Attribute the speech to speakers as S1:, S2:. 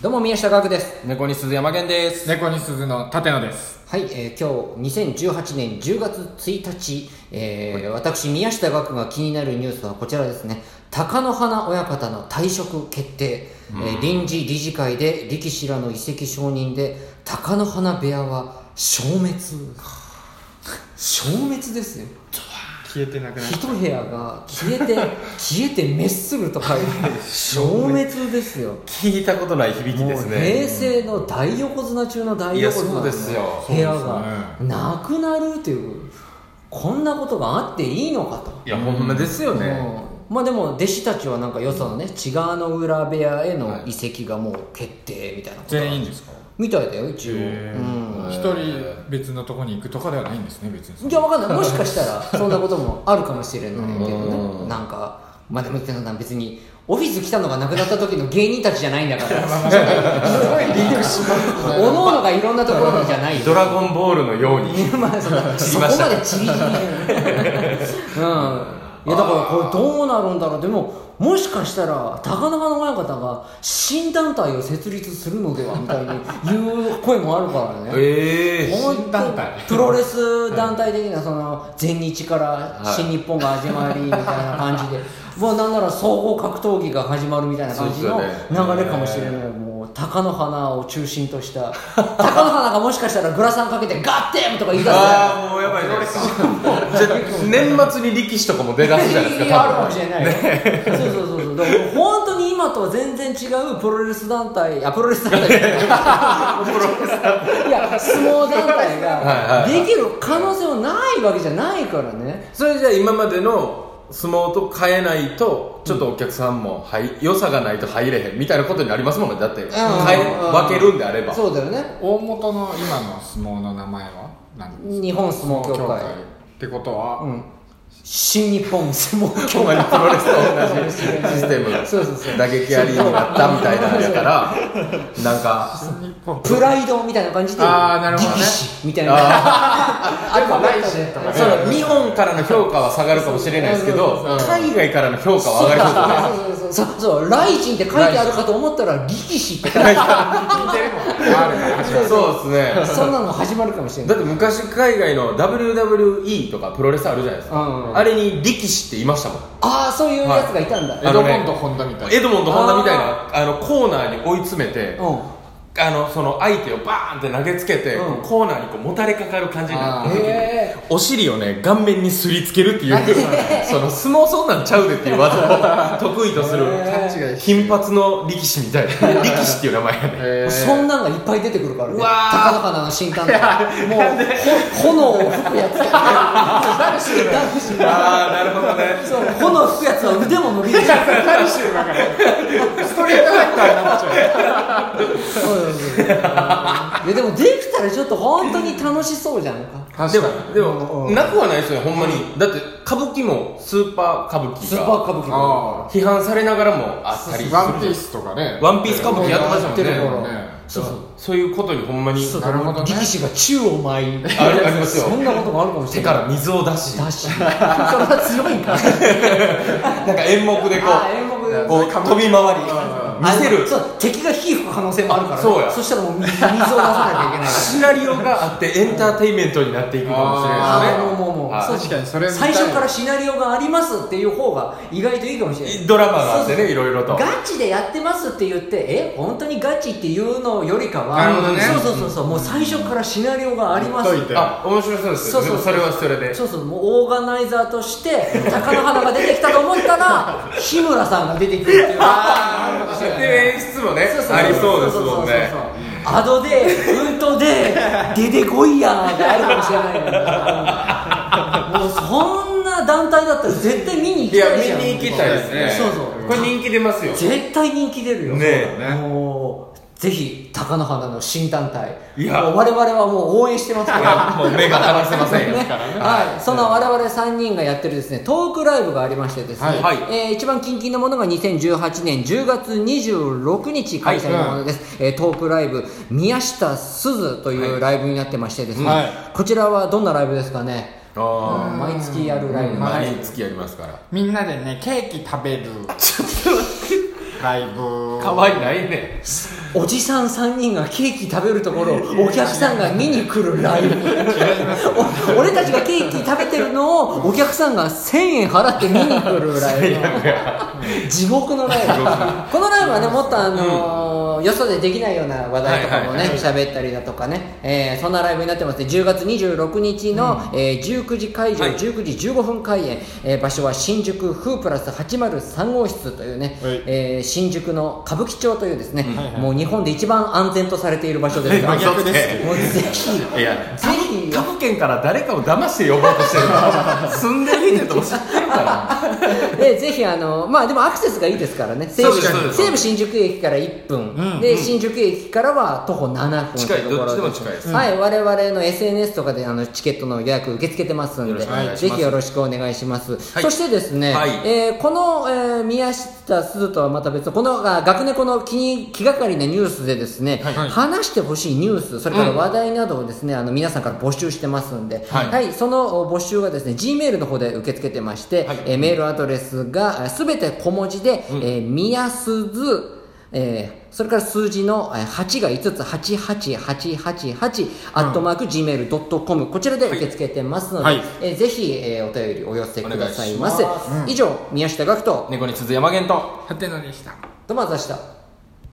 S1: どうも宮下岳です
S2: 猫に鈴山源です、
S3: 猫に鈴の立野です
S1: はい、えー今日2018年10月1日、えー私宮下岳が気になるニュースはこちらですね貴乃花親方の退職決定、えー臨時理事会で力士らの移籍承認で貴乃花部屋は消滅消滅ですよ
S3: 消えてなくなっ
S1: 一部屋が消えて消えて滅するとかいう消滅ですよ
S2: 聞いたことない響きです
S1: 平
S2: ね
S1: 成の大横綱中の大横綱の
S2: いやそうですよ
S1: 部屋
S3: そう
S1: が
S3: です
S1: なくなるというこんなことがあっていいのかと
S2: いやほんまですよね、
S1: うんまあでも弟子たちはなんかよそのね千川の浦部屋への移籍がもう決定みたいなこと
S3: 全員ですか
S1: みたいだよ一応、
S2: へー
S1: うん
S3: 一人別のとこに行くとかではないんですね別に
S1: じゃあ分かんないもしかした らそんなこともあるかもしれないけど
S2: う
S1: ね
S2: ん
S1: なんかまあでも言ってたのは別にオフィス来たのがなくなった時の芸人たちじゃないんだ からすごいリンクしますおのおのがいろんなところのじゃないよ
S2: ドラゴンボールのように
S1: ま あそん な
S2: 散
S1: そ
S2: り
S1: こ
S2: ました
S1: までちりじりうんいやだからこれどうなるんだろうでももしかしたら高中の親方が新団体を設立するのではみたいにいう声もあるからね
S2: ええ
S1: 本当
S3: 新団体
S1: プロレス団体的なその全日から新日本が始まりみたいな感じで、もうなんなら総合格闘技が始まるみたいな感じ
S2: そ
S1: の
S2: うですよね
S1: 流れかもしれない、もう貴乃花を中心とした貴乃花がもしかしたらグラサンかけてガッテンとか言い出す
S2: ああもうやばいじゃな いですかじゃあ年末に力士とかも出だすじゃないです
S1: あるか
S2: か
S1: もしれないよ、そうそうそうそうだからもう本当に今とは全然違うプロレス団体あプロレス団体じゃ ないいや相撲団体
S2: はい
S1: が
S2: はい
S1: できる可能性はないわけじゃないからね
S2: それじゃあ今までの相撲と変えないとちょっとお客さんも入良さがないと入れへんみたいなことになりますもんねだって変え
S1: うん
S2: 分けるんであれば
S1: そうだよね
S3: 大元の今の相撲の名前は何ですか
S1: 日本相撲協
S3: 協
S1: 会
S3: 会ってことは、
S1: うん新日本相撲協
S2: ほんま
S1: 会
S2: にプロレスと同じシステム
S1: そうそうそう
S2: 打撃ありになったみたいなんやからなんか
S3: 新日本
S1: プライドみたいな感じで
S3: あーなるほどね
S1: 力士みたいな
S2: でもないしその日本からの評価は下がるかもしれないですけど海外からの評価は上がり
S1: そうそうそうそうライジンって書いてあるかと思ったら力士って
S3: 似てるもんあるから始
S2: そう
S3: ま
S2: ですね
S3: る
S2: そうですね
S1: そんなの始まるかもしれな
S2: だ
S1: い
S2: って昔海外の WWE とかプロレスあるじゃないです
S1: うんうん
S2: かあれに力士っていましたもん
S1: ああそういうやつがいたんだ、
S2: はい
S3: エ
S2: あの
S3: ド
S2: ね
S3: モンド・ホンダみたい
S2: エドモンド・ホンダみたいなあのコーナーに追い詰めて
S1: うん
S2: あのその相手をバーンって投げつけて、
S1: うん
S2: コーナーにこうもたれかかる感じになった時に
S1: へ
S2: お尻をね顔面にすりつけるっていうその相撲そんなんちゃうでっていう技を得意とする
S3: ー
S2: 金髪の力士 みたいな力士っていう名前やね
S3: えー
S1: そんなんがいっぱい出てくるからね
S2: うわー
S1: 高々の新刊とかもうほ炎を吹くや つ男子男子
S2: ああなるほどね
S1: そう炎を吹くやつは腕も伸びるし
S3: 大衆だからストリートファイターになっちゃう
S1: そうそうそういやでもできたらちょっと本当に楽しそうじゃんか
S2: で
S3: 確かに
S2: もでもなくはないですよほんまにだって歌舞伎もスーパー歌舞
S1: ス
S2: 伎
S1: ーパー
S2: が
S1: 歌舞伎も
S3: あ
S2: 批判されながらもあったり
S3: あワンピースとかね
S2: ワンピース歌舞伎やってましたもんね
S3: やってる頃
S1: そうそう
S2: そういうことにほんまに
S1: そう
S3: なるほどね
S1: 力士が宙を舞い
S2: ありありますよ
S1: そんなことがあるかもし
S2: 手
S1: れな
S2: か
S1: い
S2: ら水を出し
S1: だしそれは強いんか
S2: なんか演目でこ
S1: あー演目で
S2: うこう飛び回り見せる
S1: そう敵が火吹く可能性もあるから、ね、
S2: そうや
S1: したらもう水水を出さなきゃいけないから
S2: シナリオがあってエンターテインメントになっていくかもしれ
S1: あ
S2: ない
S1: ー
S2: で
S1: もう
S2: すね
S1: もうもう
S2: はい
S1: そう
S3: 確かにそれ見たい
S1: 最初からシナリオがありますっていう方が意外といいかもしれない
S2: ドラマがあって
S1: そう
S2: ねいろいろ
S1: そう
S2: と
S1: ガチでやってますって言ってえ本当にガチっていうのよりかは
S3: なるほどね
S1: そうそうそうそうもう最初からシナリオがあります
S3: 言っといて
S2: あ面白そうです
S1: そうそう
S2: よでもそれはそれで
S1: そうそうもうオーガナイザーとして貴乃花が出てきたと思ったら日村さんが出てくるっていう
S2: ああで演出もねありそうですもんね
S1: アドでうんとで出てこいやーがあるかもしれないもうそんな団体だったら絶対見に行
S2: い
S1: きた
S2: や
S1: いじゃん
S2: 見に行きたいですね
S1: そうそう
S2: これ人気出ますよ
S1: 絶対人気出るよ
S2: ね
S3: え
S1: もうぜひ貴乃花の新団体
S2: いや
S1: もう我々はもう応援してますか
S2: い
S1: ら
S2: やもう目が離せませ んよ
S1: ねはい、その我々3人がやってるですねトークライブがありましてですね、
S2: はい
S1: えー一番近々のものが2018年10月26日開催のものです、えートークライブ「宮下すず」というライブになってましてですね、
S3: はい
S1: こちらはどんなライブですかね、
S2: あ
S1: 毎月やるライ
S2: あ
S1: ブ、
S2: 毎月やりますから
S3: みんなでねケーキ食べるライブ
S2: 可愛いないね
S1: おじさん3人がケーキ食べるところをお客さんが見に来るラ イブお俺たちがケーキ食べてるのをお客さんが1000円払って見に来るライブ地獄のライブこのライブはねもっとあのーよそでできないような話題とかも
S2: はい
S1: ね喋ったりだとかね、えーそんなライブになってますね10月26日の、えー19時会場、
S2: はい
S1: 19時15分開演、えー場所は新宿フープラス803号室というね、
S3: はい
S1: えー新宿の歌舞伎町というですね、
S3: はい
S1: もう日本で一番安全とされている場所ですから、
S3: 真逆ですけ
S1: もうぜひ
S2: いや
S1: ぜひ
S2: 他府県から誰かを騙して呼ぼうとしてる 住んでる人と知ってるから
S1: でぜひあのまあでもアクセスがいいですからね西武
S2: そうですそうです
S1: 西武新宿駅から1分、
S3: うん
S1: で新宿駅からは徒歩7分
S2: 近い
S1: とうところ
S2: どっちでも近いです
S1: はい我々の SNS とかであのチケットの予約受け付けてますん
S2: よろ
S1: で
S2: しくお願いします
S1: ぜひよろしくお願いします、
S2: はい
S1: そしてですね、
S2: はい
S1: えーこの、えー宮下すずとはまた別のこのあ学猫の気に気がかりなニュースでですね、
S3: はい
S1: 話してほしいニュースそれから話題などをですね、あの皆さんから募集してますんで、
S2: はい
S1: はい、そのお募集はですね、G メールの方で受け付けてまして、
S2: はい
S1: えーメールアドレスがすべて小文字で、えーみやすず、えーそれから数字のえー8が5つ、88888、アットマーク Gmail.com、こちらで受け付けてますので、
S3: はい
S1: えーぜひ、えーお便りお寄せくださいませ。
S2: お願い
S1: 以上、宮下学と、
S2: 猫に鈴山源と
S4: ハテナでした
S1: どうもあざした。